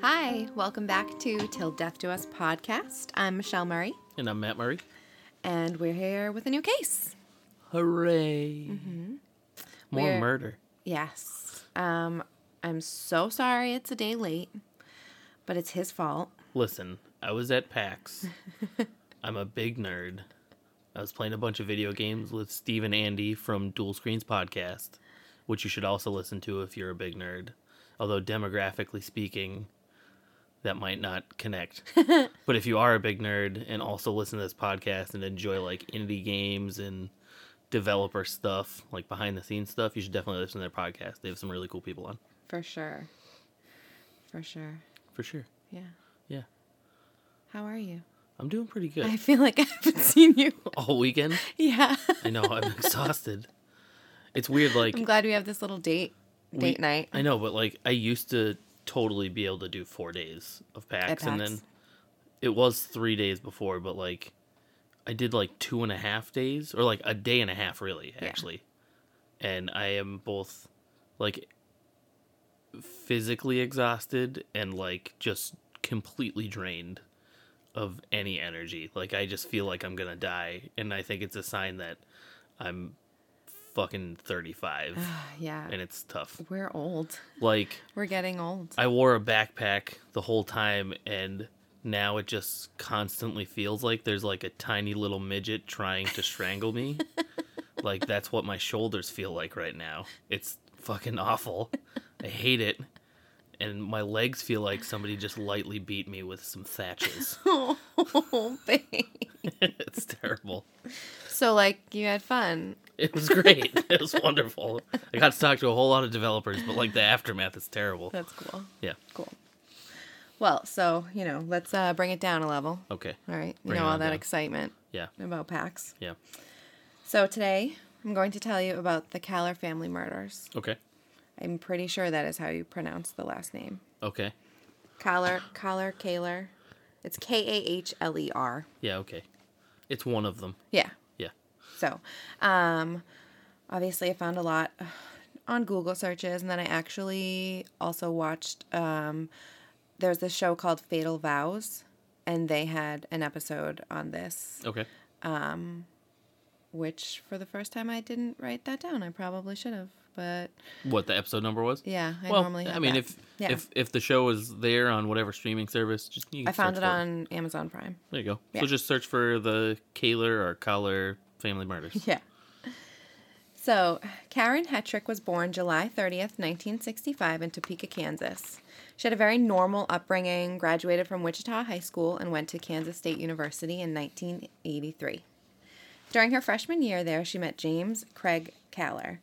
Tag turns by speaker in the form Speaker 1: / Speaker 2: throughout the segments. Speaker 1: Hi, welcome back to Till Death Do Us podcast. I'm Michelle Murray,
Speaker 2: And I'm Matt Murray.
Speaker 1: and we're here with a new case.
Speaker 2: Hooray. More
Speaker 1: We're-
Speaker 2: murder.
Speaker 1: Yes. Um, I'm so sorry it's a day late, but it's his fault.
Speaker 2: Listen, I was at PAX. I'm a big nerd. I was playing a bunch of video games with Steve and Andy from Dual Screens Podcast, which you should also listen to if you're a big nerd. Although, demographically speaking, that might not connect. but if you are a big nerd and also listen to this podcast and enjoy like indie games and developer stuff, like behind the scenes stuff, you should definitely listen to their podcast. They have some really cool people on.
Speaker 1: For sure. For sure.
Speaker 2: For sure.
Speaker 1: Yeah.
Speaker 2: Yeah.
Speaker 1: How are you?
Speaker 2: I'm doing pretty good.
Speaker 1: I feel like I haven't seen you.
Speaker 2: All weekend?
Speaker 1: Yeah.
Speaker 2: I know, I'm exhausted. It's weird, like
Speaker 1: I'm glad we have this little date
Speaker 2: we-
Speaker 1: date night.
Speaker 2: I know, but like I used to totally be able to do four days of PAX, and
Speaker 1: PAX.
Speaker 2: then it was three days before, but like I did like two and a half days, or like a day and a half really,
Speaker 1: Yeah.
Speaker 2: actually. And I am both like physically exhausted and like just completely drained of any energy. Like I just feel like I'm gonna die, and I think it's a sign that I'm fucking 35
Speaker 1: Yeah.
Speaker 2: and it's tough.
Speaker 1: We're old.
Speaker 2: Like
Speaker 1: We're getting old.
Speaker 2: I wore a backpack the whole time, and now it just constantly feels like there's like a tiny little midget trying to strangle me. like that's what my shoulders feel like right now. It's fucking awful. I hate it. And my legs feel like somebody just lightly beat me with some thatches.
Speaker 1: Oh, babe.
Speaker 2: it's terrible.
Speaker 1: So, like, you had fun.
Speaker 2: It was great. It was wonderful. I got to talk to a whole lot of developers, but like the aftermath is terrible.
Speaker 1: That's cool.
Speaker 2: Yeah.
Speaker 1: Cool. Well, so, you know, let's uh, bring it down a level.
Speaker 2: Okay.
Speaker 1: All right. You
Speaker 2: Bring
Speaker 1: know,
Speaker 2: it
Speaker 1: all
Speaker 2: on
Speaker 1: that
Speaker 2: down.
Speaker 1: excitement
Speaker 2: Yeah.
Speaker 1: about PAX.
Speaker 2: Yeah.
Speaker 1: So, today I'm going to tell you about the Caller family murders.
Speaker 2: Okay.
Speaker 1: I'm pretty sure that is how you pronounce the last name.
Speaker 2: Okay.
Speaker 1: Collar, Collar, Kaler. It's K A H L E R.
Speaker 2: Yeah, okay. It's one of them.
Speaker 1: Yeah.
Speaker 2: Yeah.
Speaker 1: So, um, obviously, I found a lot on Google searches, and then I actually also watched. Um, there's this show called Fatal Vows, and they had an episode on this,
Speaker 2: Okay.
Speaker 1: which for the first time I didn't write that down. I probably should have, but
Speaker 2: What the episode number was?
Speaker 1: yeah, I
Speaker 2: well,
Speaker 1: normally. Have
Speaker 2: I mean,
Speaker 1: that.
Speaker 2: if
Speaker 1: yeah,
Speaker 2: if if the show is there on whatever streaming service, just you can
Speaker 1: I found
Speaker 2: search
Speaker 1: it
Speaker 2: for
Speaker 1: on Amazon Prime.
Speaker 2: There you go.
Speaker 1: yeah.
Speaker 2: So just search for the Kaler or Collar Family Murders.
Speaker 1: Yeah. So, Karen Hetrick was born July 30th, 1965, in Topeka, Kansas. She had a very normal upbringing, graduated from Wichita High School, and went to Kansas State University in 1983. During her freshman year there, she met James Craig Kaler,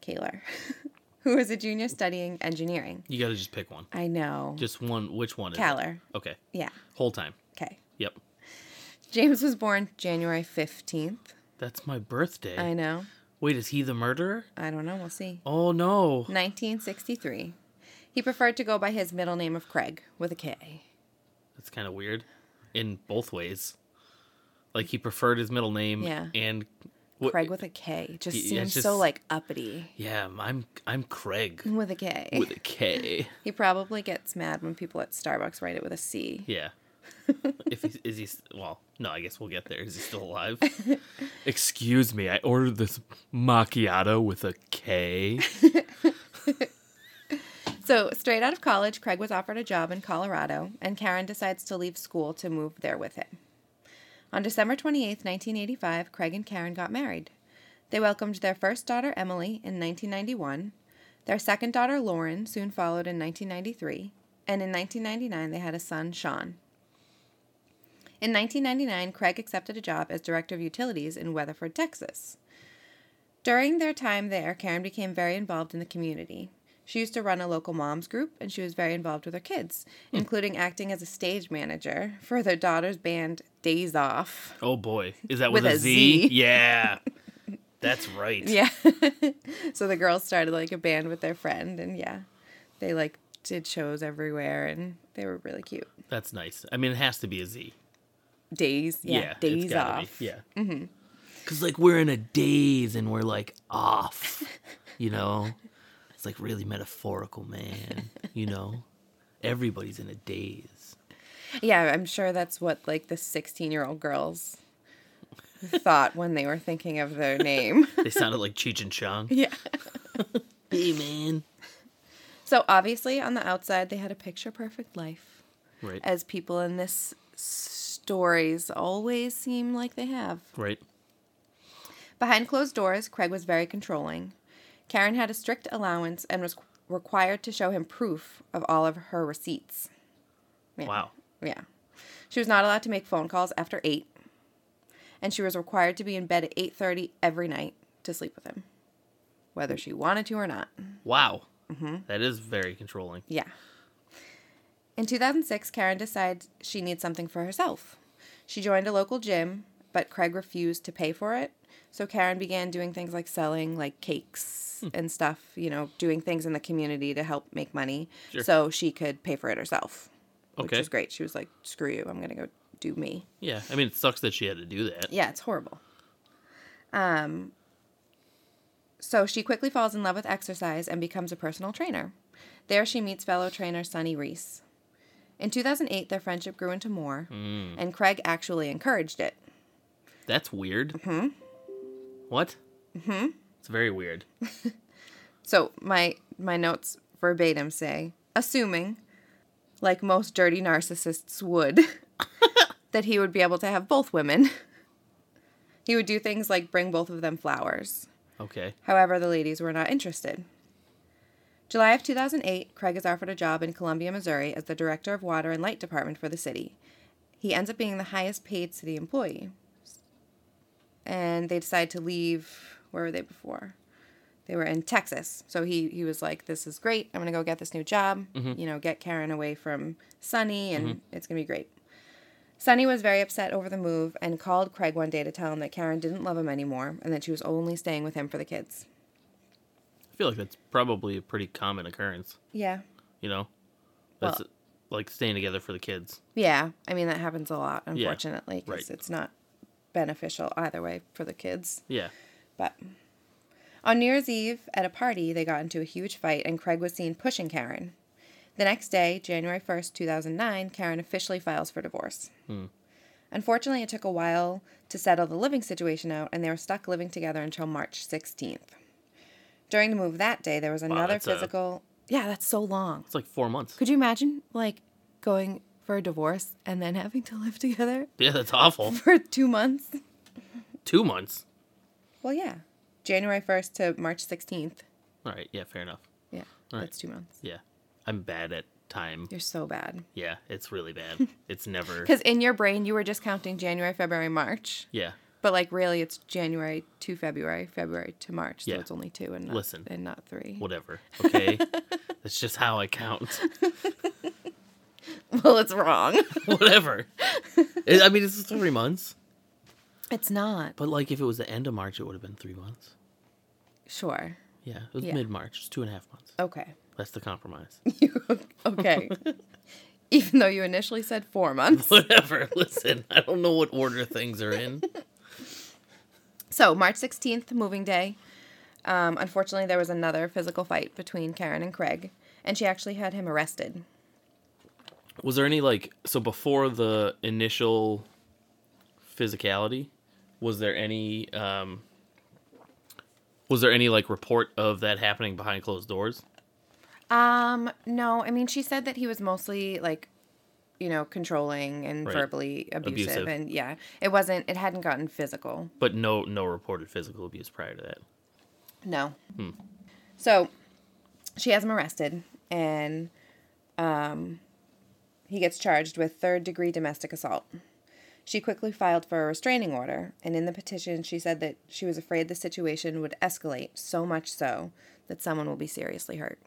Speaker 1: Kaler who was a junior studying engineering.
Speaker 2: You got to just pick one.
Speaker 1: I know.
Speaker 2: Just one. Which one? is it?
Speaker 1: Kaler.
Speaker 2: Okay.
Speaker 1: Yeah.
Speaker 2: Whole time.
Speaker 1: Okay.
Speaker 2: Yep.
Speaker 1: James was born January 15th.
Speaker 2: That's my birthday.
Speaker 1: I know.
Speaker 2: Wait, is he the murderer?
Speaker 1: I don't know. We'll see.
Speaker 2: Oh no.
Speaker 1: 1963. He preferred to go by his middle name of Craig with a K.
Speaker 2: That's kind of weird. In both ways. Like he preferred his middle name.
Speaker 1: Yeah.
Speaker 2: And. What,
Speaker 1: Craig with a K just
Speaker 2: Yeah,
Speaker 1: seems
Speaker 2: it's
Speaker 1: so
Speaker 2: just-
Speaker 1: like uppity
Speaker 2: Yeah, I'm I'm Craig
Speaker 1: with a K.
Speaker 2: with a K.
Speaker 1: He probably gets mad when people at Starbucks write it with a C.
Speaker 2: Yeah. if he's, is he s- well? No, I guess we'll get there. Is he still alive? Excuse me, I ordered this macchiato with a K.
Speaker 1: So, straight out of college, Craig was offered a job in Colorado, and Karen decides to leave school to move there with him. On December 28th, 1985, Craig and Karen got married. They welcomed their first daughter, Emily, in 1991. Their second daughter, Lauren, soon followed in 1993. And in 1999, they had a son, Sean. In 1999, Craig accepted a job as director of utilities in Weatherford, Texas. During their time there, Karen became very involved in the community. She used to run a local moms group and she was very involved with her kids, including acting as a stage manager for their daughter's band Days Off.
Speaker 2: Oh boy, is that
Speaker 1: With
Speaker 2: with,
Speaker 1: a
Speaker 2: a Z?
Speaker 1: Z.
Speaker 2: Yeah, that's right.
Speaker 1: Yeah. so the girls started like a band with their friend and yeah. They like did shows everywhere and they were really cute.
Speaker 2: that's nice. I mean, it has to be a Z.
Speaker 1: Days, yeah,
Speaker 2: it's
Speaker 1: days
Speaker 2: gotta
Speaker 1: off. Mm-hmm.
Speaker 2: Be. Yeah, because like we're in a daze and we're like off. You know, it's like really metaphorical, man. You know, Everybody's in a daze.
Speaker 1: Yeah, I'm sure that's what like the 16 year old girls thought when they were thinking of their name.
Speaker 2: They sounded like Cheech and Chong.
Speaker 1: yeah.
Speaker 2: Hey, man.
Speaker 1: So obviously, on the outside, they had a picture perfect life,
Speaker 2: Right.
Speaker 1: as people in this stories always seem like they have.
Speaker 2: Right.
Speaker 1: Behind closed doors, Craig was very controlling. Karen had a strict allowance and was required to show him proof of all of her receipts. Yeah.
Speaker 2: Wow.
Speaker 1: Yeah. She was not allowed to make phone calls after 8. And she was required to be in bed at 8:30 every night to sleep with him, whether she wanted to or not.
Speaker 2: Wow.
Speaker 1: Mm-hmm.
Speaker 2: That is very controlling.
Speaker 1: Yeah. In 2006, Karen decides she needs something for herself. She joined a local gym, but Craig refused to pay for it. So Karen began doing things like selling like cakes
Speaker 2: Hmm.
Speaker 1: and stuff, you know, doing things in the community to help make money
Speaker 2: Sure.
Speaker 1: so she could pay for it herself. Which
Speaker 2: Okay.
Speaker 1: was great. She was like, "Screw you. I'm going to go do me."
Speaker 2: Yeah. I mean, it sucks that she had to do that.
Speaker 1: Yeah, it's horrible. Um, so she quickly falls in love with exercise and becomes a personal trainer. There she meets fellow trainer Sonny Reese. In 2008, their friendship grew into more, and Craig actually encouraged it.
Speaker 2: That's weird.
Speaker 1: Mm-hmm.
Speaker 2: Hmm. What? Hmm. It's very weird.
Speaker 1: So my my notes verbatim say, assuming, like most dirty narcissists would, that he would be able to have both women. He would do things like bring both of them flowers.
Speaker 2: Okay.
Speaker 1: However, the ladies were not interested. July of 2008, Craig is offered a job in Columbia, Missouri as the director of water and light department for the city. He ends up being the highest paid city employee. And they decide to leave. Where were they before? They were in Texas. So he, he was like, This is great. I'm going to go get this new job, you know, get Karen away from Sonny, and it's going to be great. Sonny was very upset over the move and called Craig one day to tell him that Karen didn't love him anymore and that she was only staying with him for the kids.
Speaker 2: I feel like that's probably a pretty common occurrence.
Speaker 1: Yeah.
Speaker 2: You know, that's
Speaker 1: Well-
Speaker 2: like staying together for the kids.
Speaker 1: Yeah. I mean, that happens a lot, unfortunately,
Speaker 2: Right.
Speaker 1: because it's not beneficial either way for the kids.
Speaker 2: Yeah.
Speaker 1: But on New Year's Eve at a party, they got into a huge fight and Craig was seen pushing Karen. The next day, January 1st, 2009, Karen officially files for divorce.
Speaker 2: Hmm.
Speaker 1: Unfortunately, it took a while to settle the living situation out, and they were stuck living together until March 16th. During the move that day, there was another
Speaker 2: that's a-
Speaker 1: physical. Yeah, that's so long.
Speaker 2: It's like four months.
Speaker 1: Could you imagine like going for a divorce and then having to live together
Speaker 2: Yeah, that's awful.
Speaker 1: for two months?
Speaker 2: Two months.
Speaker 1: Well, yeah. January 1st to March 16th.
Speaker 2: All right. Yeah. Fair enough.
Speaker 1: Yeah.
Speaker 2: Right.
Speaker 1: That's two months.
Speaker 2: Yeah. I'm bad at time.
Speaker 1: You're so bad.
Speaker 2: Yeah. It's really bad. It's never.
Speaker 1: Because in your brain, you were just counting January, February, March.
Speaker 2: Yeah.
Speaker 1: But like really, it's January to February, February to March. So
Speaker 2: Yeah.
Speaker 1: it's only two and not,
Speaker 2: Listen.
Speaker 1: and not three.
Speaker 2: Whatever. Okay. that's just how I count.
Speaker 1: Well, it's wrong.
Speaker 2: Whatever. It- I mean, it's three months.
Speaker 1: it's not.
Speaker 2: But like, if it was the end of March, it would have been three months.
Speaker 1: Sure.
Speaker 2: Yeah, it was
Speaker 1: Yeah.
Speaker 2: mid March. It's two and a half months.
Speaker 1: Okay.
Speaker 2: That's the compromise.
Speaker 1: okay. Even though you initially said four months.
Speaker 2: Whatever. Listen, I don't know what order things are in.
Speaker 1: So March sixteenth, moving day. Um, unfortunately, there was another physical fight between Karen and Craig, and she actually had him arrested.
Speaker 2: Was there any like so before the initial physicality? Was there any um was there any like report of that happening behind closed doors?
Speaker 1: Um, no, I mean she said that he was mostly like, you know, controlling and
Speaker 2: Right.
Speaker 1: verbally abusive,
Speaker 2: Abusive.
Speaker 1: and yeah, it wasn't. It hadn't gotten physical.
Speaker 2: But no no reported physical abuse prior to that.
Speaker 1: No. So she has him arrested, and um, he gets charged with third degree domestic assault. She quickly filed for a restraining order, and in the petition, she said that she was afraid the situation would escalate so much so that someone will be seriously hurt.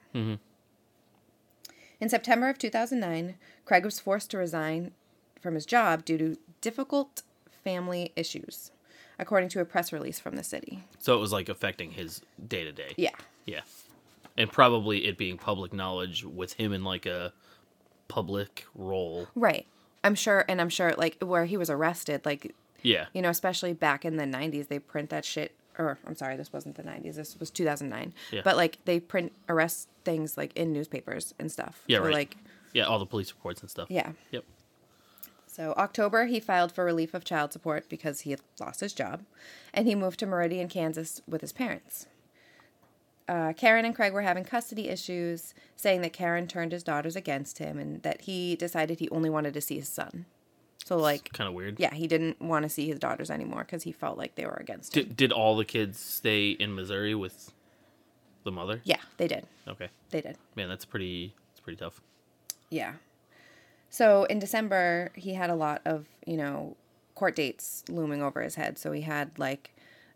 Speaker 1: In September of 2009, Craig was forced to resign from his job due to difficult family issues, according to a press release from the city.
Speaker 2: So it was like affecting his day to day.
Speaker 1: Yeah.
Speaker 2: Yeah. And probably it being public knowledge with him in like a public role.
Speaker 1: Right. I'm sure, and I'm sure, like, where he was arrested, like,
Speaker 2: Yeah.
Speaker 1: you know, especially back in the 90s, they print that shit. Or, I'm sorry, this wasn't the 90s. This was 2009.
Speaker 2: Yeah.
Speaker 1: But, like, they print arrest things, like, in newspapers and stuff.
Speaker 2: Yeah, right.
Speaker 1: like,
Speaker 2: Yeah, all the police reports and stuff.
Speaker 1: Yeah.
Speaker 2: Yep.
Speaker 1: So, October, he filed for relief of child support because he had lost his job, and he moved to Meridian, Kansas with his parents. Uh, Karen and Craig were having custody issues, saying that Karen turned his daughters against him and that he decided he only wanted to see his son. So, like,
Speaker 2: Kind of weird.
Speaker 1: yeah, he didn't want to see his daughters anymore because he felt like they were against him.
Speaker 2: Did, did all the kids stay in Missouri with the mother?
Speaker 1: Yeah, they did.
Speaker 2: Okay.
Speaker 1: They did.
Speaker 2: Man, that's pretty. It's pretty tough.
Speaker 1: Yeah. So in December, he had a lot of, you know, court dates looming over his head. So he had like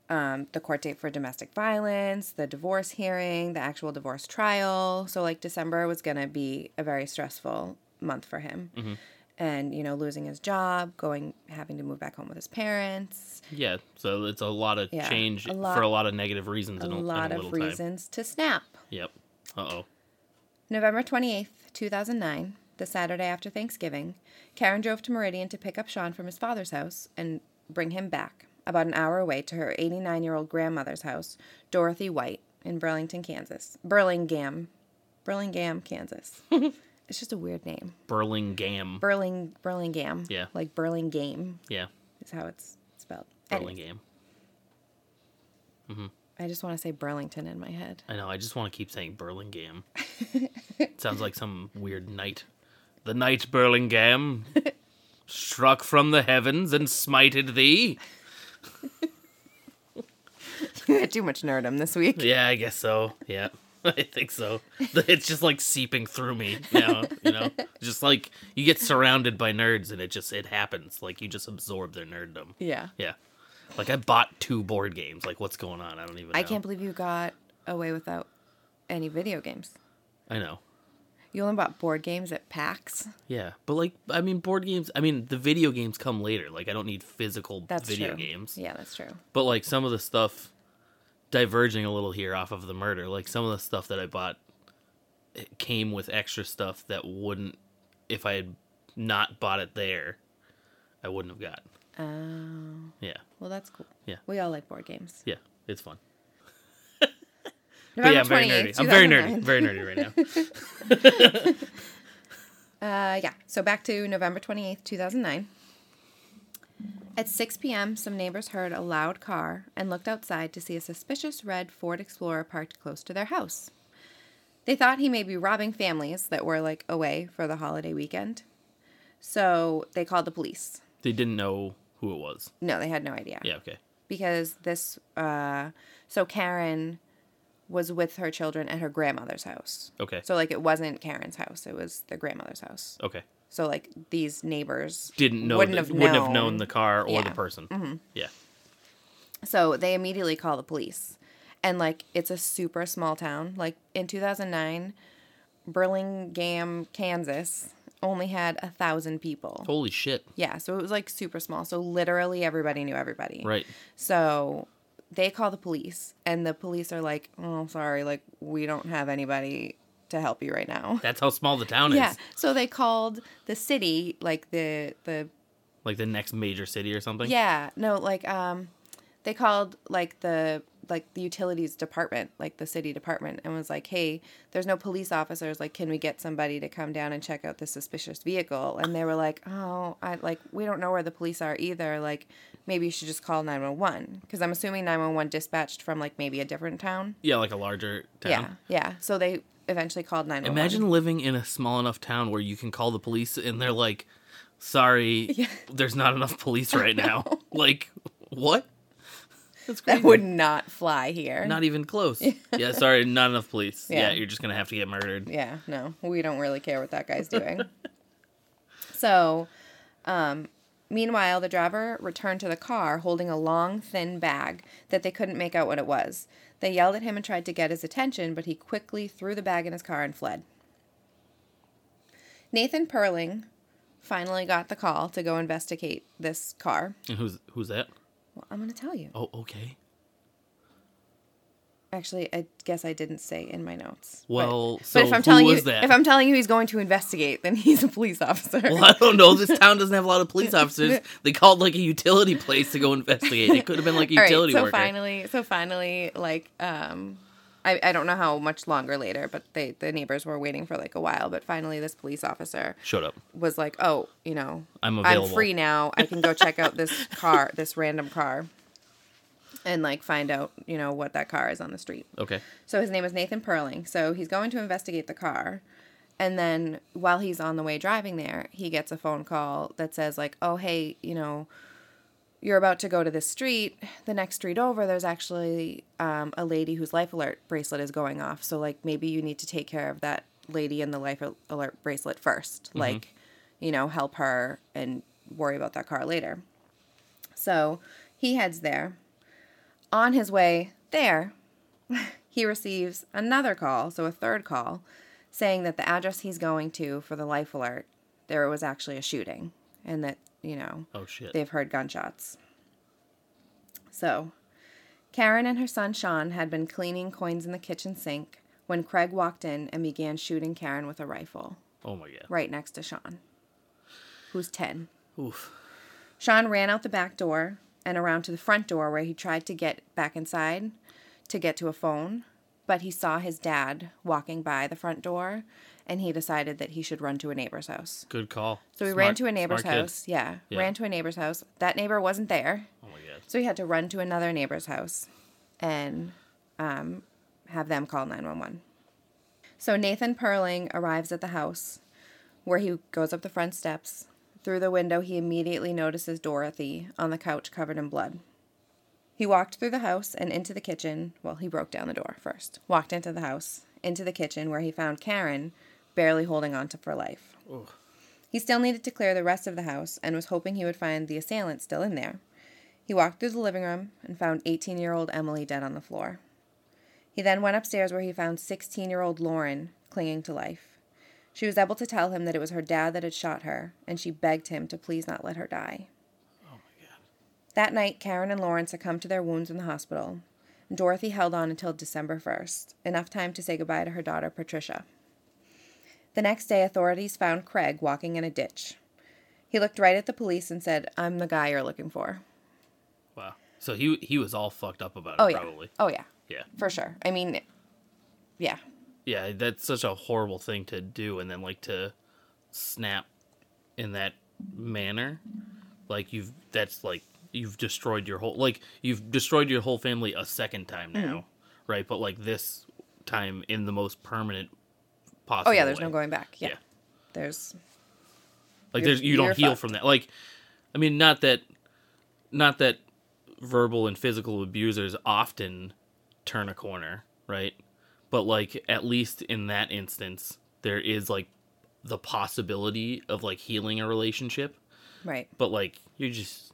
Speaker 1: um, the court date for domestic violence, the divorce hearing, the actual divorce trial. So like December was going to be a very stressful month for him.
Speaker 2: Mm-hmm.
Speaker 1: And, you know, losing his job, going, having to move back home with his parents,
Speaker 2: Yeah. So it's a lot of
Speaker 1: Yeah,
Speaker 2: change
Speaker 1: a lot-
Speaker 2: for a lot of negative reasons
Speaker 1: a
Speaker 2: in a, in a
Speaker 1: lot
Speaker 2: little
Speaker 1: of
Speaker 2: time.
Speaker 1: reasons to snap.
Speaker 2: Yep. Uh oh.
Speaker 1: November 28th, 2009, the Saturday after Thanksgiving, Karen drove to Meridian to pick up Sean from his father's house and bring him back, about an hour away to her 89 year old grandmother's house, Dorothy White, in Burlington, Kansas. Burlingame. Burlingame, Kansas. it's just a weird name.
Speaker 2: Burlingame.
Speaker 1: Burling, Burlingame.
Speaker 2: Yeah.
Speaker 1: Like Burlingame
Speaker 2: yeah.
Speaker 1: is how it's spelled. Anyway,
Speaker 2: Burlingame.
Speaker 1: I just want to say Burlington in my head.
Speaker 2: I know. I just want to keep saying Burlingame. It Sounds like some weird knight. The knight Burlingame struck from the heavens and smited thee.
Speaker 1: Too much nerdum this week.
Speaker 2: Yeah, I guess so. Yeah, I think so. It's just like seeping through me now. You know, just like you get surrounded by nerds, and it just it happens. Like you just absorb their nerddom.
Speaker 1: Yeah.
Speaker 2: Yeah, like I bought two board games. Like what's going on? I don't even. know.
Speaker 1: I can't believe you got away without any video games.
Speaker 2: I know.
Speaker 1: You only bought board games at PAX.
Speaker 2: Yeah, but like I mean, board games. I mean, the video games come later. Like I don't need physical
Speaker 1: That's
Speaker 2: video
Speaker 1: true.
Speaker 2: games.
Speaker 1: Yeah, that's true.
Speaker 2: But like some of the stuff, diverging a little here off of the murder. Like some of the stuff that I bought it came with extra stuff that wouldn't, if I had not bought it there, I wouldn't have got.
Speaker 1: Oh,
Speaker 2: Yeah,
Speaker 1: well, that's cool.
Speaker 2: Uh, Yeah.
Speaker 1: we all like board games.
Speaker 2: yeah, it's fun.
Speaker 1: November
Speaker 2: but yeah, I'm very
Speaker 1: 28th,
Speaker 2: nerdy.
Speaker 1: 2009.
Speaker 2: I'm very nerdy. Very nerdy right now.
Speaker 1: Uh, yeah. So back to November 28th, 2009. At 6 p.m., some neighbors heard a loud car and looked outside to see a suspicious red Ford Explorer parked close to their house. They thought he may be robbing families that were like away for the holiday weekend. So they called the police.
Speaker 2: they didn't know who it was.
Speaker 1: No, they had no idea.
Speaker 2: Yeah, okay.
Speaker 1: because this uh so Karen was with her children at her grandmother's house.
Speaker 2: Okay.
Speaker 1: So like it wasn't Karen's house, it was the grandmother's house.
Speaker 2: okay.
Speaker 1: So like these neighbors
Speaker 2: Didn't know.
Speaker 1: wouldn't
Speaker 2: the-
Speaker 1: have
Speaker 2: wouldn't
Speaker 1: known.
Speaker 2: have known the car or
Speaker 1: Yeah. Mm-hmm.
Speaker 2: the person. Yeah.
Speaker 1: So they immediately call the police. And like it's a super small town. Like in 2009, Burlingame, Kansas only had a thousand people.
Speaker 2: Holy shit.
Speaker 1: Yeah, so it was like super small. So literally everybody knew everybody.
Speaker 2: Right.
Speaker 1: So they call the police, and the police are like, "Oh, sorry, like we don't have anybody to help you right now."
Speaker 2: That's how small the town
Speaker 1: Yeah.
Speaker 2: is.
Speaker 1: So they called the city, like the the
Speaker 2: Like the next major city or something.
Speaker 1: yeah no like um they called like the like the utilities department like the city department and was like hey there's no police officers like can we get somebody to come down and check out this suspicious vehicle and they were like oh i like we don't know where the police are either like maybe you should just call 911 because i'm assuming 911 dispatched from like maybe a different town
Speaker 2: Yeah, like a larger town.
Speaker 1: yeah yeah so they eventually called 911
Speaker 2: Imagine living in a small enough town where you can call the police and they're like, "Sorry, there's not enough police right now." Like, what? That's crazy.
Speaker 1: that would not fly here
Speaker 2: not even close. yeah, sorry, not enough police.
Speaker 1: Yeah.
Speaker 2: Yeah. you're just gonna have to get murdered.
Speaker 1: Yeah, no, we don't really care what that guy's doing. so, um, meanwhile, the driver returned to the car holding a long, thin bag that they couldn't make out what it was. They yelled at him and tried to get his attention, but he quickly threw the bag in his car and fled. Nathan Perling finally got the call to go investigate this car.
Speaker 2: And who's who's that?
Speaker 1: Well, I'm going to tell you.
Speaker 2: Oh, okay.
Speaker 1: Actually, I guess I didn't say in my notes. but-
Speaker 2: Well,
Speaker 1: but,
Speaker 2: so
Speaker 1: if I'm
Speaker 2: who
Speaker 1: telling
Speaker 2: was
Speaker 1: you,
Speaker 2: that?
Speaker 1: if I'm telling you he's going to investigate, then he's a police officer.
Speaker 2: Well, I don't know. This town doesn't have a lot of police officers. They called like a utility place to go investigate. It could have been like a
Speaker 1: All right,
Speaker 2: utility
Speaker 1: so
Speaker 2: worker.
Speaker 1: finally so finally like um I, I don't know how much longer later, but they the neighbors were waiting for like a while. But finally, this police officer
Speaker 2: Shut up.
Speaker 1: was like, "Oh, you know,
Speaker 2: I'm
Speaker 1: I'm
Speaker 2: available.
Speaker 1: free now. I can go check out this car, this random car, and like find out, you know, what that car is on the street."
Speaker 2: Okay.
Speaker 1: So his name is Nathan Perling. So he's going to investigate the car. And then while he's on the way driving there, he gets a phone call that says, like, oh, hey, you know, you're about to go to this street. The next street over, there's actually um, a lady whose life alert bracelet is going off. So, like, maybe you need to take care of that lady and the life al- alert bracelet 1st Like, you know, help her and worry about that car later. So he heads there. On his way there, he receives another call, so a third call, saying that the address he's going to for the life alert, there was actually a shooting and that, you know,
Speaker 2: Oh shit.
Speaker 1: they've heard gunshots. So, Karen and her son Sean had been cleaning coins in the kitchen sink when Craig walked in and began shooting Karen with a rifle
Speaker 2: oh my god.
Speaker 1: right next to Sean, who's 10.
Speaker 2: Oof.
Speaker 1: Sean ran out the back door and around to the front door where he tried to get back inside to get to a phone, but he saw his dad walking by the front door and he decided that he should run to a neighbor's house.
Speaker 2: Good call.
Speaker 1: So he
Speaker 2: Smart-
Speaker 1: ran to a neighbor's
Speaker 2: smart kid.
Speaker 1: house. Yeah,
Speaker 2: Yeah.
Speaker 1: Ran to a neighbor's house. That neighbor wasn't there.
Speaker 2: Oh my god.
Speaker 1: So he had to run to another neighbor's house and um, have them call 911. So Nathan Perling arrives at the house where he goes up the front steps. Through the window, he immediately notices Dorothy on the couch covered in blood. He walked through the house and into the kitchen. Well, he broke down the door first, walked into the house, into the kitchen where he found Karen barely holding on to for life.
Speaker 2: Ugh.
Speaker 1: He still needed to clear the rest of the house and was hoping he would find the assailant still in there. He walked through the living room and found 18 year old Emily dead on the floor. He then went upstairs where he found 16 year old Lauren clinging to life. She was able to tell him that it was her dad that had shot her, and she begged him to please not let her die.
Speaker 2: Oh my god.
Speaker 1: That night, Karen and Lauren succumbed to their wounds in the hospital. and Dorothy held on until December 1st, enough time to say goodbye to her daughter, Patricia. The next day, authorities found Craig walking in a ditch. He looked right at the police and said, I'm the guy you're looking for.
Speaker 2: Wow. So he he was all fucked up about it
Speaker 1: Oh, yeah.
Speaker 2: probably.
Speaker 1: Oh, yeah,
Speaker 2: Yeah.
Speaker 1: for sure. I mean, yeah.
Speaker 2: Yeah, that's such a horrible thing to do and then like to snap in that manner. Like you've that's like you've destroyed your whole like you've destroyed your whole family a second time
Speaker 1: Mm-hmm.
Speaker 2: now. Right? But like this time in the most permanent possible
Speaker 1: Oh, yeah, there's no
Speaker 2: way.
Speaker 1: going back. Yeah.
Speaker 2: Yeah.
Speaker 1: There's,
Speaker 2: Like
Speaker 1: You're-
Speaker 2: there's you don't
Speaker 1: you're
Speaker 2: heal
Speaker 1: fucked.
Speaker 2: from that. Like I mean not that not that verbal and physical abusers often turn a corner, right? But like at least in that instance there is like the possibility of like healing a relationship,
Speaker 1: right.
Speaker 2: but like you're just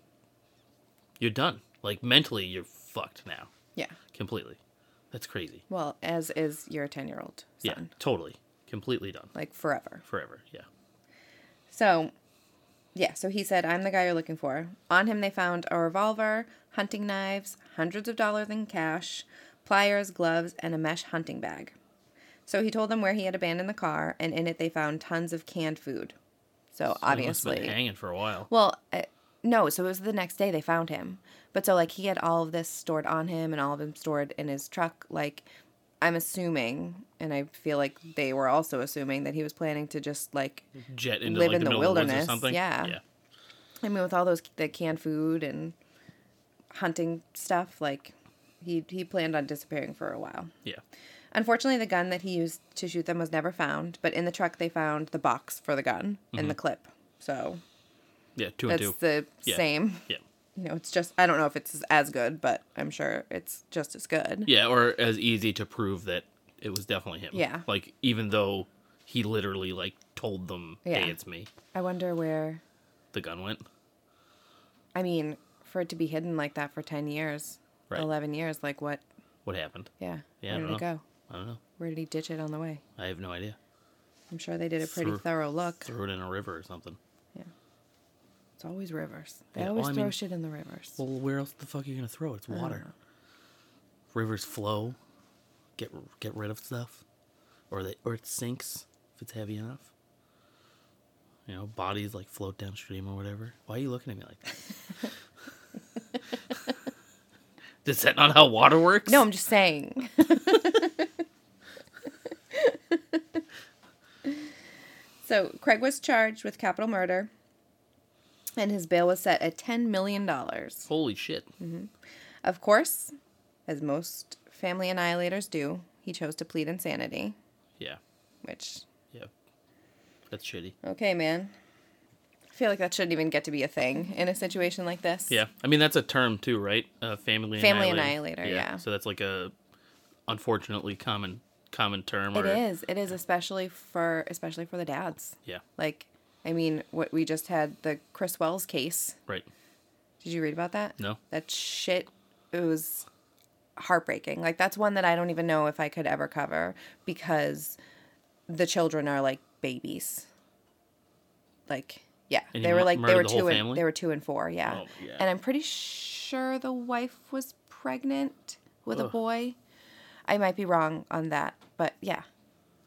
Speaker 2: you're done. Like mentally you're fucked now
Speaker 1: Yeah.
Speaker 2: completely. That's crazy.
Speaker 1: Well, as is your 10 year old son.
Speaker 2: Yeah, totally. Completely done.
Speaker 1: Like forever.
Speaker 2: Forever. Yeah.
Speaker 1: So, yeah, so he said, I'm the guy you're looking for. On him, they found a revolver, hunting knives, hundreds of dollars in cash, pliers, gloves, and a mesh hunting bag. So he told them where he had abandoned the car, and in it, they found tons of canned food. So,
Speaker 2: He must have been
Speaker 1: obviously.
Speaker 2: hanging for a while.
Speaker 1: Well, uh, no, so it was the next day they found him. But so, like, he had all of this stored on him and all of them stored in his truck. Like, I'm assuming, and I feel like they were also assuming that he was planning to just, like,
Speaker 2: Jet into
Speaker 1: live
Speaker 2: like
Speaker 1: in
Speaker 2: the,
Speaker 1: the
Speaker 2: middle of woods
Speaker 1: wilderness,
Speaker 2: or something.
Speaker 1: yeah.
Speaker 2: Yeah.
Speaker 1: I mean, with all those the canned food and hunting stuff, like he he planned on disappearing for a while.
Speaker 2: Yeah.
Speaker 1: Unfortunately, the gun that he used to shoot them was never found, but in the truck they found the box for the gun and the clip. So
Speaker 2: Yeah, two and
Speaker 1: that's
Speaker 2: two.
Speaker 1: the
Speaker 2: Mm-hmm. Yeah.
Speaker 1: same.
Speaker 2: yeah.
Speaker 1: You know, it's just I don't know if it's as good, but I'm sure it's just as good.
Speaker 2: Yeah, or as easy to prove that it was definitely him.
Speaker 1: Yeah.
Speaker 2: Like even though he literally like told them,
Speaker 1: Yeah.
Speaker 2: "Hey, it's me."
Speaker 1: I wonder where.
Speaker 2: The gun went.
Speaker 1: I mean, for it to be hidden like that for ten years,
Speaker 2: Right.
Speaker 1: eleven years, like what?
Speaker 2: What happened?
Speaker 1: Yeah.
Speaker 2: Yeah, I
Speaker 1: Where did
Speaker 2: don't
Speaker 1: it
Speaker 2: know.
Speaker 1: go?
Speaker 2: I don't know.
Speaker 1: Where did he ditch it on the way?
Speaker 2: I have no idea.
Speaker 1: I'm sure they did a pretty
Speaker 2: Threw-
Speaker 1: thorough look.
Speaker 2: Threw it in a river or something.
Speaker 1: It's always rivers. They
Speaker 2: Yeah,
Speaker 1: always
Speaker 2: well, I
Speaker 1: throw
Speaker 2: mean-
Speaker 1: shit in the rivers.
Speaker 2: Well, where else the fuck are you gonna throw it? It's water.
Speaker 1: know.
Speaker 2: Rivers flow. Get get rid of stuff, or they or it sinks if it's heavy enough. You know, bodies like float downstream or whatever. Why are you looking at me like that? Is that not how water works?
Speaker 1: no, I'm just saying. So Craig was charged with capital murder, and his bail was set at $10 million.
Speaker 2: Holy shit.
Speaker 1: Mm-hmm. Of course, as most family annihilators do, he chose to plead insanity,
Speaker 2: Yeah.
Speaker 1: which,
Speaker 2: Yeah. That's shitty.
Speaker 1: okay, man. I feel like that shouldn't even get to be a thing in a situation like this.
Speaker 2: Yeah. I mean, that's a term too, right? Uh, family
Speaker 1: Family
Speaker 2: annihilator.
Speaker 1: annihilator, yeah.
Speaker 2: So that's like a unfortunately common common term.
Speaker 1: It
Speaker 2: or,
Speaker 1: is. It is especially for especially for the dads.
Speaker 2: Yeah.
Speaker 1: Like, I mean, what we just had the Chris Wells case.
Speaker 2: Right.
Speaker 1: Did you read about that?
Speaker 2: No.
Speaker 1: That shit it was heartbreaking. Like that's one that I don't even know if I could ever cover because the children are like babies. Like yeah,
Speaker 2: And he
Speaker 1: they were
Speaker 2: mu-
Speaker 1: like they
Speaker 2: murdered
Speaker 1: were
Speaker 2: the
Speaker 1: two
Speaker 2: whole
Speaker 1: and
Speaker 2: family?
Speaker 1: they were two and four, yeah.
Speaker 2: Oh, yeah.
Speaker 1: And I'm pretty sure the wife was pregnant with a
Speaker 2: Ugh.
Speaker 1: boy. I might be wrong on that, but yeah.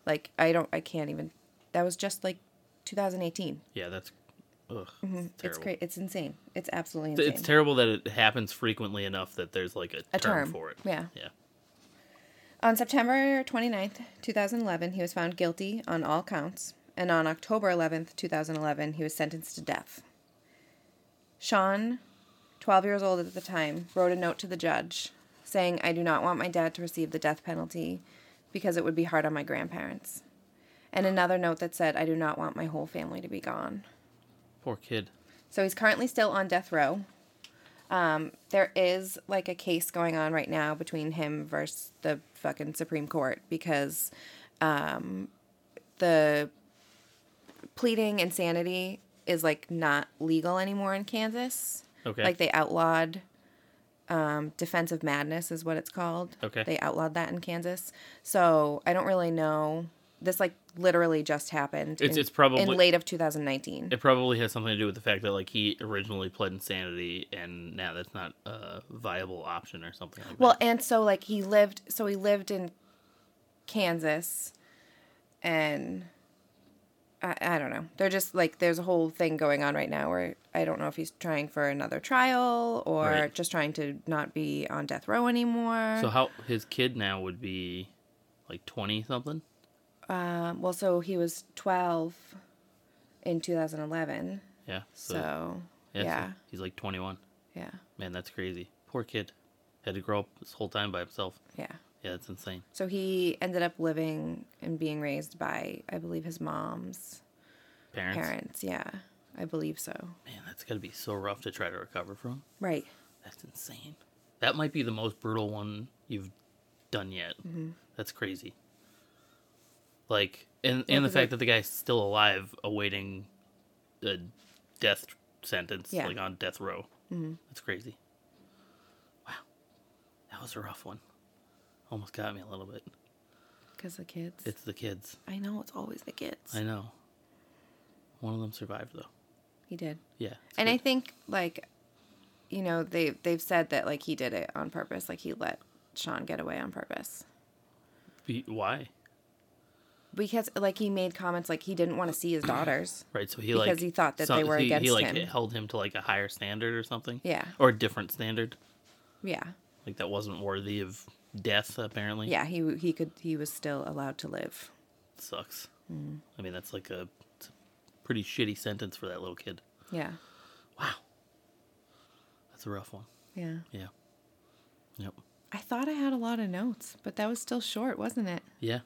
Speaker 1: Like I don't I can't even that was just like 2018.
Speaker 2: Yeah. That's. Ugh. It's
Speaker 1: Mm-hmm. It's
Speaker 2: terrible.
Speaker 1: great. It's insane. It's absolutely
Speaker 2: It's-
Speaker 1: insane.
Speaker 2: It's terrible that it happens frequently enough that there's like a,
Speaker 1: A
Speaker 2: term,
Speaker 1: term,
Speaker 2: for it.
Speaker 1: yeah.
Speaker 2: Yeah.
Speaker 1: On September 29th, 2011, he was found guilty on all counts, and on October 11th, 2011, he was sentenced to death. Sean, 12 years old at the time, wrote a note to the judge saying, I do not want my dad to receive the death penalty because it would be hard on my grandparents. And another note that said, I do not want my whole family to be gone.
Speaker 2: Poor kid.
Speaker 1: So he's currently still on death row. Um, there is like a case going on right now between him versus the fucking Supreme Court because um, the pleading insanity is like not legal anymore in Kansas.
Speaker 2: Okay.
Speaker 1: Like they outlawed um, defensive madness is what it's called.
Speaker 2: Okay.
Speaker 1: They outlawed that in Kansas. So I don't really know. This like literally just happened.
Speaker 2: It's-
Speaker 1: in-
Speaker 2: it's probably-
Speaker 1: in late of 2019.
Speaker 2: It probably has something to do with the fact that like he originally pled insanity, and now that's not a viable option or something like
Speaker 1: Well, and so like he lived, so he lived in Kansas, and I, I don't know. They're just like there's a whole thing going on right now where I don't know if he's trying for another trial or
Speaker 2: Right.
Speaker 1: just trying to not be on death row anymore.
Speaker 2: that. So how his kid now would be like twenty something?
Speaker 1: um, well, so he was twelve in 2011,
Speaker 2: Yeah.
Speaker 1: so, yeah,
Speaker 2: yeah, so
Speaker 1: yeah,
Speaker 2: he's like twenty one.
Speaker 1: yeah,
Speaker 2: Man, that's crazy. Poor kid. Had to grow up this whole time by himself. Yeah, that's insane.
Speaker 1: So he ended up living and being raised by, I believe, his mom's
Speaker 2: Parents.
Speaker 1: parents. Yeah, I believe so.
Speaker 2: Man, that's gotta be so rough to try to recover from.
Speaker 1: Right.
Speaker 2: That's insane. That might be the most brutal one you've done yet.
Speaker 1: Mm-hmm.
Speaker 2: That's crazy. Like, and and the
Speaker 1: 'cause,
Speaker 2: fact
Speaker 1: like-
Speaker 2: that the guy's still alive, awaiting a death sentence,
Speaker 1: Yeah. Mm-hmm.
Speaker 2: like on death row. That's crazy. Wow, that was a rough one. Almost got me a little bit.
Speaker 1: Because the kids.
Speaker 2: It's the kids.
Speaker 1: I know it's always the kids.
Speaker 2: I know. One of them survived though.
Speaker 1: he did,
Speaker 2: Yeah. it's
Speaker 1: and I
Speaker 2: good.
Speaker 1: think like, you know, they they've said that like he did it on purpose. Like he let Sean get away on purpose
Speaker 2: Be- why?
Speaker 1: because like he made comments like he didn't want to see his daughters.
Speaker 2: Right, so he
Speaker 1: Because
Speaker 2: like
Speaker 1: he thought that they were
Speaker 2: he, he
Speaker 1: against
Speaker 2: like
Speaker 1: him.
Speaker 2: held him to like a higher standard or something.
Speaker 1: Yeah.
Speaker 2: or a different standard,
Speaker 1: Yeah,
Speaker 2: like that wasn't worthy of death. Apparently,
Speaker 1: yeah. He he could he was still allowed to live.
Speaker 2: sucks.
Speaker 1: Mm.
Speaker 2: I mean, that's like a, it's a pretty shitty sentence for that little kid.
Speaker 1: Yeah,
Speaker 2: Wow, that's a rough one.
Speaker 1: yeah.
Speaker 2: Yeah, yep,
Speaker 1: I thought I had a lot of notes, but that was still short, wasn't it?
Speaker 2: yeah.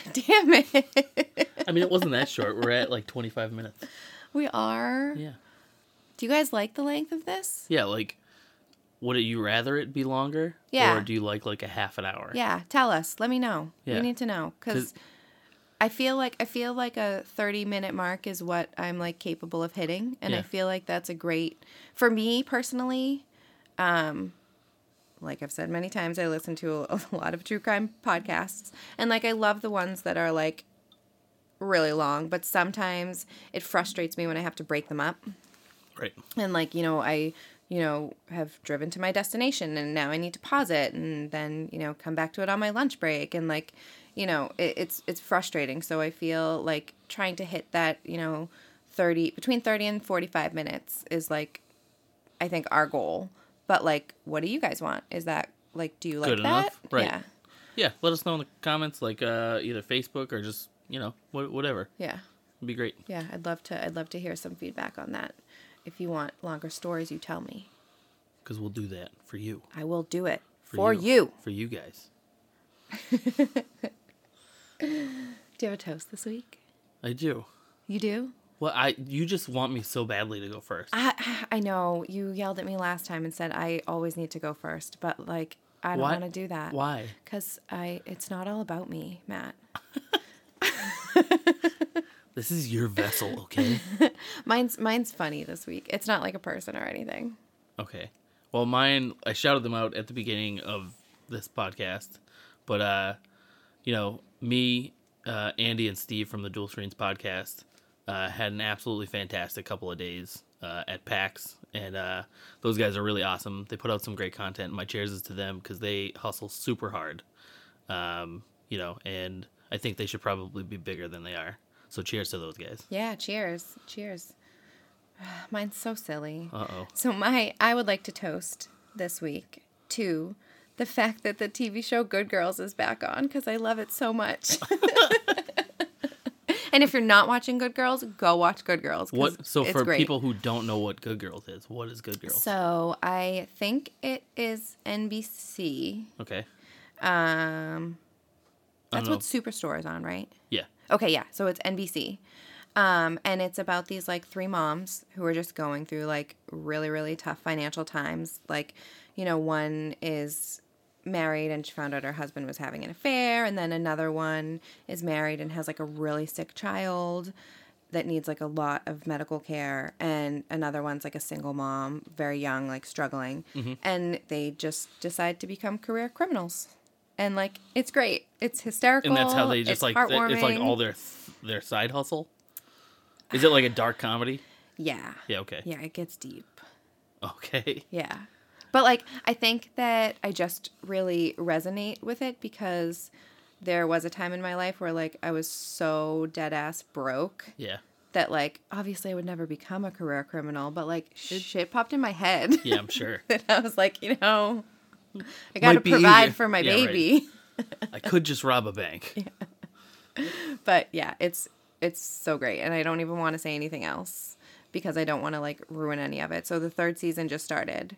Speaker 1: Damn it.
Speaker 2: I mean, it wasn't that short. We're at like twenty five minutes.
Speaker 1: we are.
Speaker 2: Yeah,
Speaker 1: Do you guys like the length of this?
Speaker 2: yeah. Like, would you rather it be longer?
Speaker 1: Yeah.
Speaker 2: Or do you like like a half an hour?
Speaker 1: Yeah, tell us. Let me know.
Speaker 2: Yeah.
Speaker 1: We need to know because
Speaker 2: 'Cause-
Speaker 1: I feel like I feel like a thirty minute mark is what I'm like capable of hitting, and I
Speaker 2: Yeah.
Speaker 1: feel like that's a great for me personally. Um, like I've said many times, I listen to a, a lot of true crime podcasts, and like I love the ones that are like really long, but sometimes it frustrates me when I have to break them up
Speaker 2: Right.
Speaker 1: and like you know i you know have driven to my destination and now i need to pause it and then you know come back to it on my lunch break and like you know it, it's it's frustrating so i feel like trying to hit that you know 30 between 30 and 45 minutes is like i think our goal but like what do you guys want is that like do you like
Speaker 2: Good
Speaker 1: that
Speaker 2: enough? Right.
Speaker 1: yeah
Speaker 2: Yeah. Let us know in the comments, like uh, either Facebook or just you know what, whatever.
Speaker 1: yeah
Speaker 2: It'd be great.
Speaker 1: Yeah, I'd love to. I'd love to hear some feedback on that. If you want longer stories, you tell me.
Speaker 2: Because we'll do that for you.
Speaker 1: I will do it for, you.
Speaker 2: For you guys.
Speaker 1: Do you have a toast this week?
Speaker 2: I do.
Speaker 1: You do?
Speaker 2: Well, I you just want me so badly to go first.
Speaker 1: I I know you yelled at me last time and said I always need to go first, but like I don't
Speaker 2: Why-
Speaker 1: want to do that.
Speaker 2: Why?
Speaker 1: Because I it's not all about me, Matt.
Speaker 2: This is your vessel, okay?
Speaker 1: Mine's mine's funny this week. It's not like a person or anything.
Speaker 2: okay. Well, mine I shouted them out at the beginning of this podcast, but uh, you know, me, uh, Andy, and Steve from the Dual Screens podcast uh, had an absolutely fantastic couple of days uh, at PAX, and uh, those guys are really awesome. They put out some great content. My cheers is to them because they hustle super hard. um, you know, and I think they should probably be bigger than they are. So cheers to those guys.
Speaker 1: Yeah. Cheers. Cheers. Mine's so silly.
Speaker 2: Uh oh.
Speaker 1: So my I would like to toast this week to the fact that the TV show Good Girls is back on because I love it so much. and if you're not watching Good Girls, go watch Good Girls. 'cause
Speaker 2: What? So
Speaker 1: it's
Speaker 2: for
Speaker 1: great.
Speaker 2: people who don't know what Good Girls is, what is Good Girls?
Speaker 1: So I think it is NBC.
Speaker 2: okay.
Speaker 1: Um,
Speaker 2: I don't
Speaker 1: that's
Speaker 2: know.
Speaker 1: what Superstore is on, right?
Speaker 2: Yeah.
Speaker 1: Okay, yeah. So it's NBC. Um, and it's about these like three moms who are just going through like really, really tough financial times. Like, you know, one is married and she found out her husband was having an affair, and then another one is married and has like a really sick child that needs like a lot of medical care, and another one's like a single mom, very young, like struggling,
Speaker 2: Mm-hmm.
Speaker 1: and they just decide to become career criminals. And like it's great. It's hysterical.
Speaker 2: And that's how they
Speaker 1: it's
Speaker 2: just like th- it's like
Speaker 1: heartwarming.
Speaker 2: all their their side hustle. Is it like a dark comedy?
Speaker 1: Yeah.
Speaker 2: Yeah. Okay.
Speaker 1: Yeah, it gets deep.
Speaker 2: Okay.
Speaker 1: Yeah. But like I think that I just really resonate with it because there was a time in my life where like I was so dead ass broke
Speaker 2: Yeah.
Speaker 1: that like obviously I would never become a career criminal, but like shit popped in my head.
Speaker 2: Yeah. I'm sure.
Speaker 1: that I was like, you know, I got to
Speaker 2: be
Speaker 1: provide
Speaker 2: easier.
Speaker 1: for my
Speaker 2: Yeah, right.
Speaker 1: baby.
Speaker 2: I could just rob a bank.
Speaker 1: But yeah, it's it's so great and I don't even want to say anything else because I don't want to like ruin any of it. So the third season just started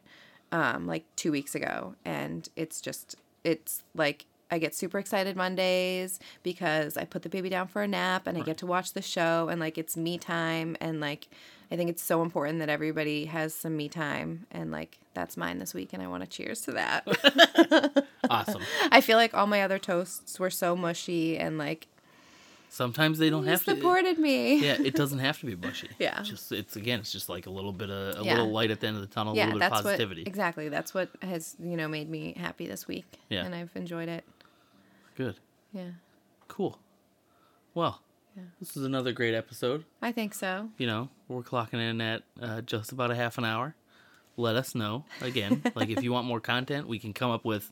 Speaker 1: um like 2 weeks ago and it's just it's like I get super excited Mondays because I put the baby down for a nap and I get to watch the show and like it's me time and like I think it's so important that everybody has some me time and like that's mine this week and I want to cheers to that.
Speaker 2: Awesome.
Speaker 1: I feel like all my other toasts were so mushy and like
Speaker 2: Sometimes they don't
Speaker 1: you
Speaker 2: have to.
Speaker 1: supported me.
Speaker 2: Yeah. It doesn't have to be bushy.
Speaker 1: Yeah.
Speaker 2: Just it's again. It's just like a little bit of a
Speaker 1: Yeah.
Speaker 2: little light at the end of the tunnel. A
Speaker 1: Yeah,
Speaker 2: little bit
Speaker 1: that's
Speaker 2: of positivity.
Speaker 1: what exactly. That's what has you know made me happy this week.
Speaker 2: Yeah.
Speaker 1: and I've enjoyed it.
Speaker 2: Good.
Speaker 1: Yeah,
Speaker 2: Cool. Well,
Speaker 1: Yeah.
Speaker 2: this is another great episode.
Speaker 1: I think so.
Speaker 2: You know, we're clocking in at uh, just about a half an hour. Let us know again. like, if you want more content, we can come up with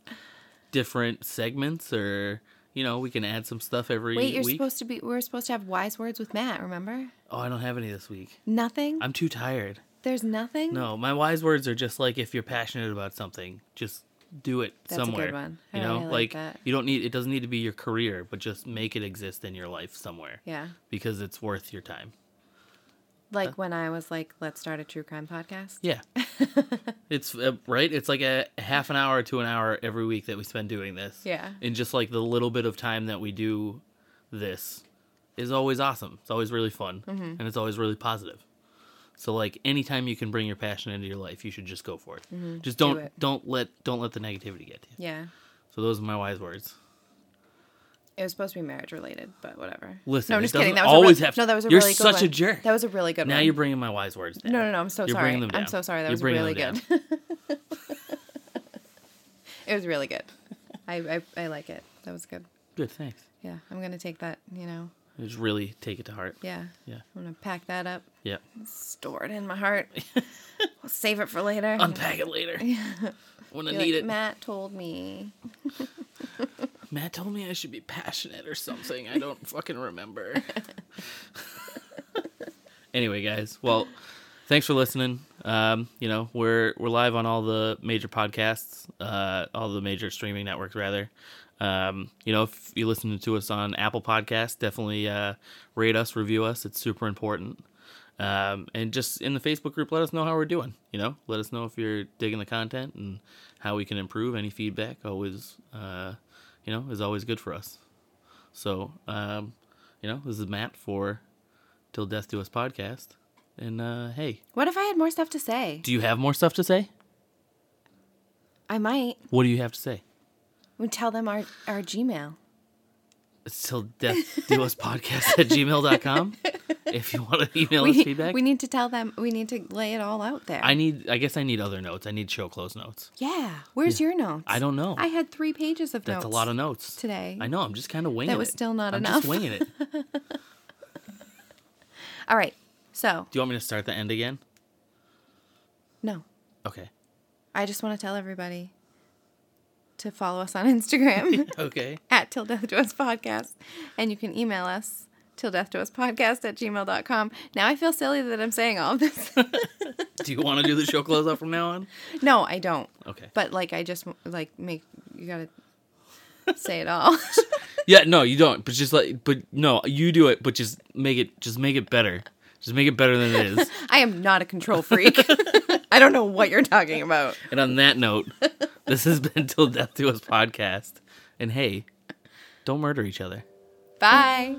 Speaker 2: different segments, or you know, we can add some stuff every
Speaker 1: Wait, you're
Speaker 2: week.
Speaker 1: supposed to be. We were supposed to have wise words with Matt. Remember?
Speaker 2: oh, I don't have any this week.
Speaker 1: Nothing.
Speaker 2: I'm too tired.
Speaker 1: There's nothing.
Speaker 2: No, my wise words are just like if you're passionate about something, just do it
Speaker 1: That's a good
Speaker 2: somewhere.
Speaker 1: one. I
Speaker 2: You know,
Speaker 1: really like
Speaker 2: like
Speaker 1: that.
Speaker 2: you don't need it doesn't need to be your career, but just make it exist in your life somewhere
Speaker 1: Yeah,
Speaker 2: because it's worth your time.
Speaker 1: like when I was like, let's start a true crime podcast.
Speaker 2: Yeah. it's uh, right. It's like a half an hour to an hour every week that we spend doing this.
Speaker 1: Yeah.
Speaker 2: And just like the little bit of time that we do this is always awesome. It's always really fun
Speaker 1: Mm-hmm.
Speaker 2: and it's always really positive. So like anytime you can bring your passion into your life, you should just go for it. Just don't
Speaker 1: Mm-hmm. it.
Speaker 2: don't let don't let the negativity get to you.
Speaker 1: Yeah,
Speaker 2: So those are my wise words.
Speaker 1: it was supposed to be marriage related, but whatever.
Speaker 2: Listen,
Speaker 1: no, I'm
Speaker 2: it
Speaker 1: just kidding.
Speaker 2: doesn't
Speaker 1: That was a
Speaker 2: always
Speaker 1: really,
Speaker 2: have to-
Speaker 1: no, that was a
Speaker 2: you're
Speaker 1: really good
Speaker 2: such a
Speaker 1: one.
Speaker 2: jerk.
Speaker 1: That was a really good
Speaker 2: Now
Speaker 1: one.
Speaker 2: you're bringing my wise words down.
Speaker 1: No, no, no. I'm so
Speaker 2: You're
Speaker 1: sorry.
Speaker 2: bringing them
Speaker 1: I'm so
Speaker 2: down.
Speaker 1: sorry. That
Speaker 2: You're
Speaker 1: was
Speaker 2: bringing
Speaker 1: really
Speaker 2: them
Speaker 1: good. it was really good. I, I I like it. That was good.
Speaker 2: Good, thanks.
Speaker 1: Yeah, I'm gonna take that. You know,
Speaker 2: Just really take it to heart.
Speaker 1: yeah.
Speaker 2: Yeah.
Speaker 1: I'm gonna pack that up,
Speaker 2: Yeah.
Speaker 1: store it in my heart. I'll save it for later.
Speaker 2: Unpack it later. When I
Speaker 1: Be
Speaker 2: need
Speaker 1: like,
Speaker 2: it.
Speaker 1: Matt told me.
Speaker 2: Matt told me I should be passionate or something. I don't fucking remember. anyway, guys, well, thanks for listening. Um, you know, we're we're live on all the major podcasts, uh, all the major streaming networks, rather. Um, you know, if you listen to us on Apple Podcasts, definitely uh, rate us, review us. It's super important. Um, and just in the Facebook group, let us know how we're doing. You know, let us know if you're digging the content and how we can improve. Any feedback always, uh, you know, is always good for us. So, um, you know, this is Matt for Till Death Do Us podcast. And uh, hey,
Speaker 1: What if I had more stuff to say?
Speaker 2: do you have more stuff to say?
Speaker 1: I might.
Speaker 2: What do you have to say?
Speaker 1: We tell them our, our Gmail.
Speaker 2: It's till death do us podcast at gmail.com if you want to email us
Speaker 1: We,
Speaker 2: feedback.
Speaker 1: we need to tell them. We need to lay it all out there.
Speaker 2: I need, I guess I need other notes. I need show close notes.
Speaker 1: yeah. Where's your notes?
Speaker 2: I don't know.
Speaker 1: I had three pages of
Speaker 2: That's
Speaker 1: notes.
Speaker 2: a lot of notes.
Speaker 1: today.
Speaker 2: I know. I'm just kind of winging it.
Speaker 1: That was still not
Speaker 2: I'm
Speaker 1: enough.
Speaker 2: just winging it. Do
Speaker 1: All right. So
Speaker 2: you want me to start the end again?
Speaker 1: no,
Speaker 2: Okay.
Speaker 1: I just want to tell everybody to follow us on Instagram
Speaker 2: Okay.
Speaker 1: at Till Death Do Us Podcast, and you can email us till death do us podcast at gmail.com. Now I feel silly that I'm saying all of this.
Speaker 2: Do you want to do the show close out from now on?
Speaker 1: no, I don't.
Speaker 2: Okay.
Speaker 1: But like, I just like make you gotta say it all.
Speaker 2: Yeah, no, you don't. But just like, but no, you do it. But just make it, just make it better. Just make it better than it is.
Speaker 1: I am not a control freak. I don't know what you're talking about.
Speaker 2: And on that note, this has been Till Death Do Us podcast. And hey, don't murder each other.
Speaker 1: Bye.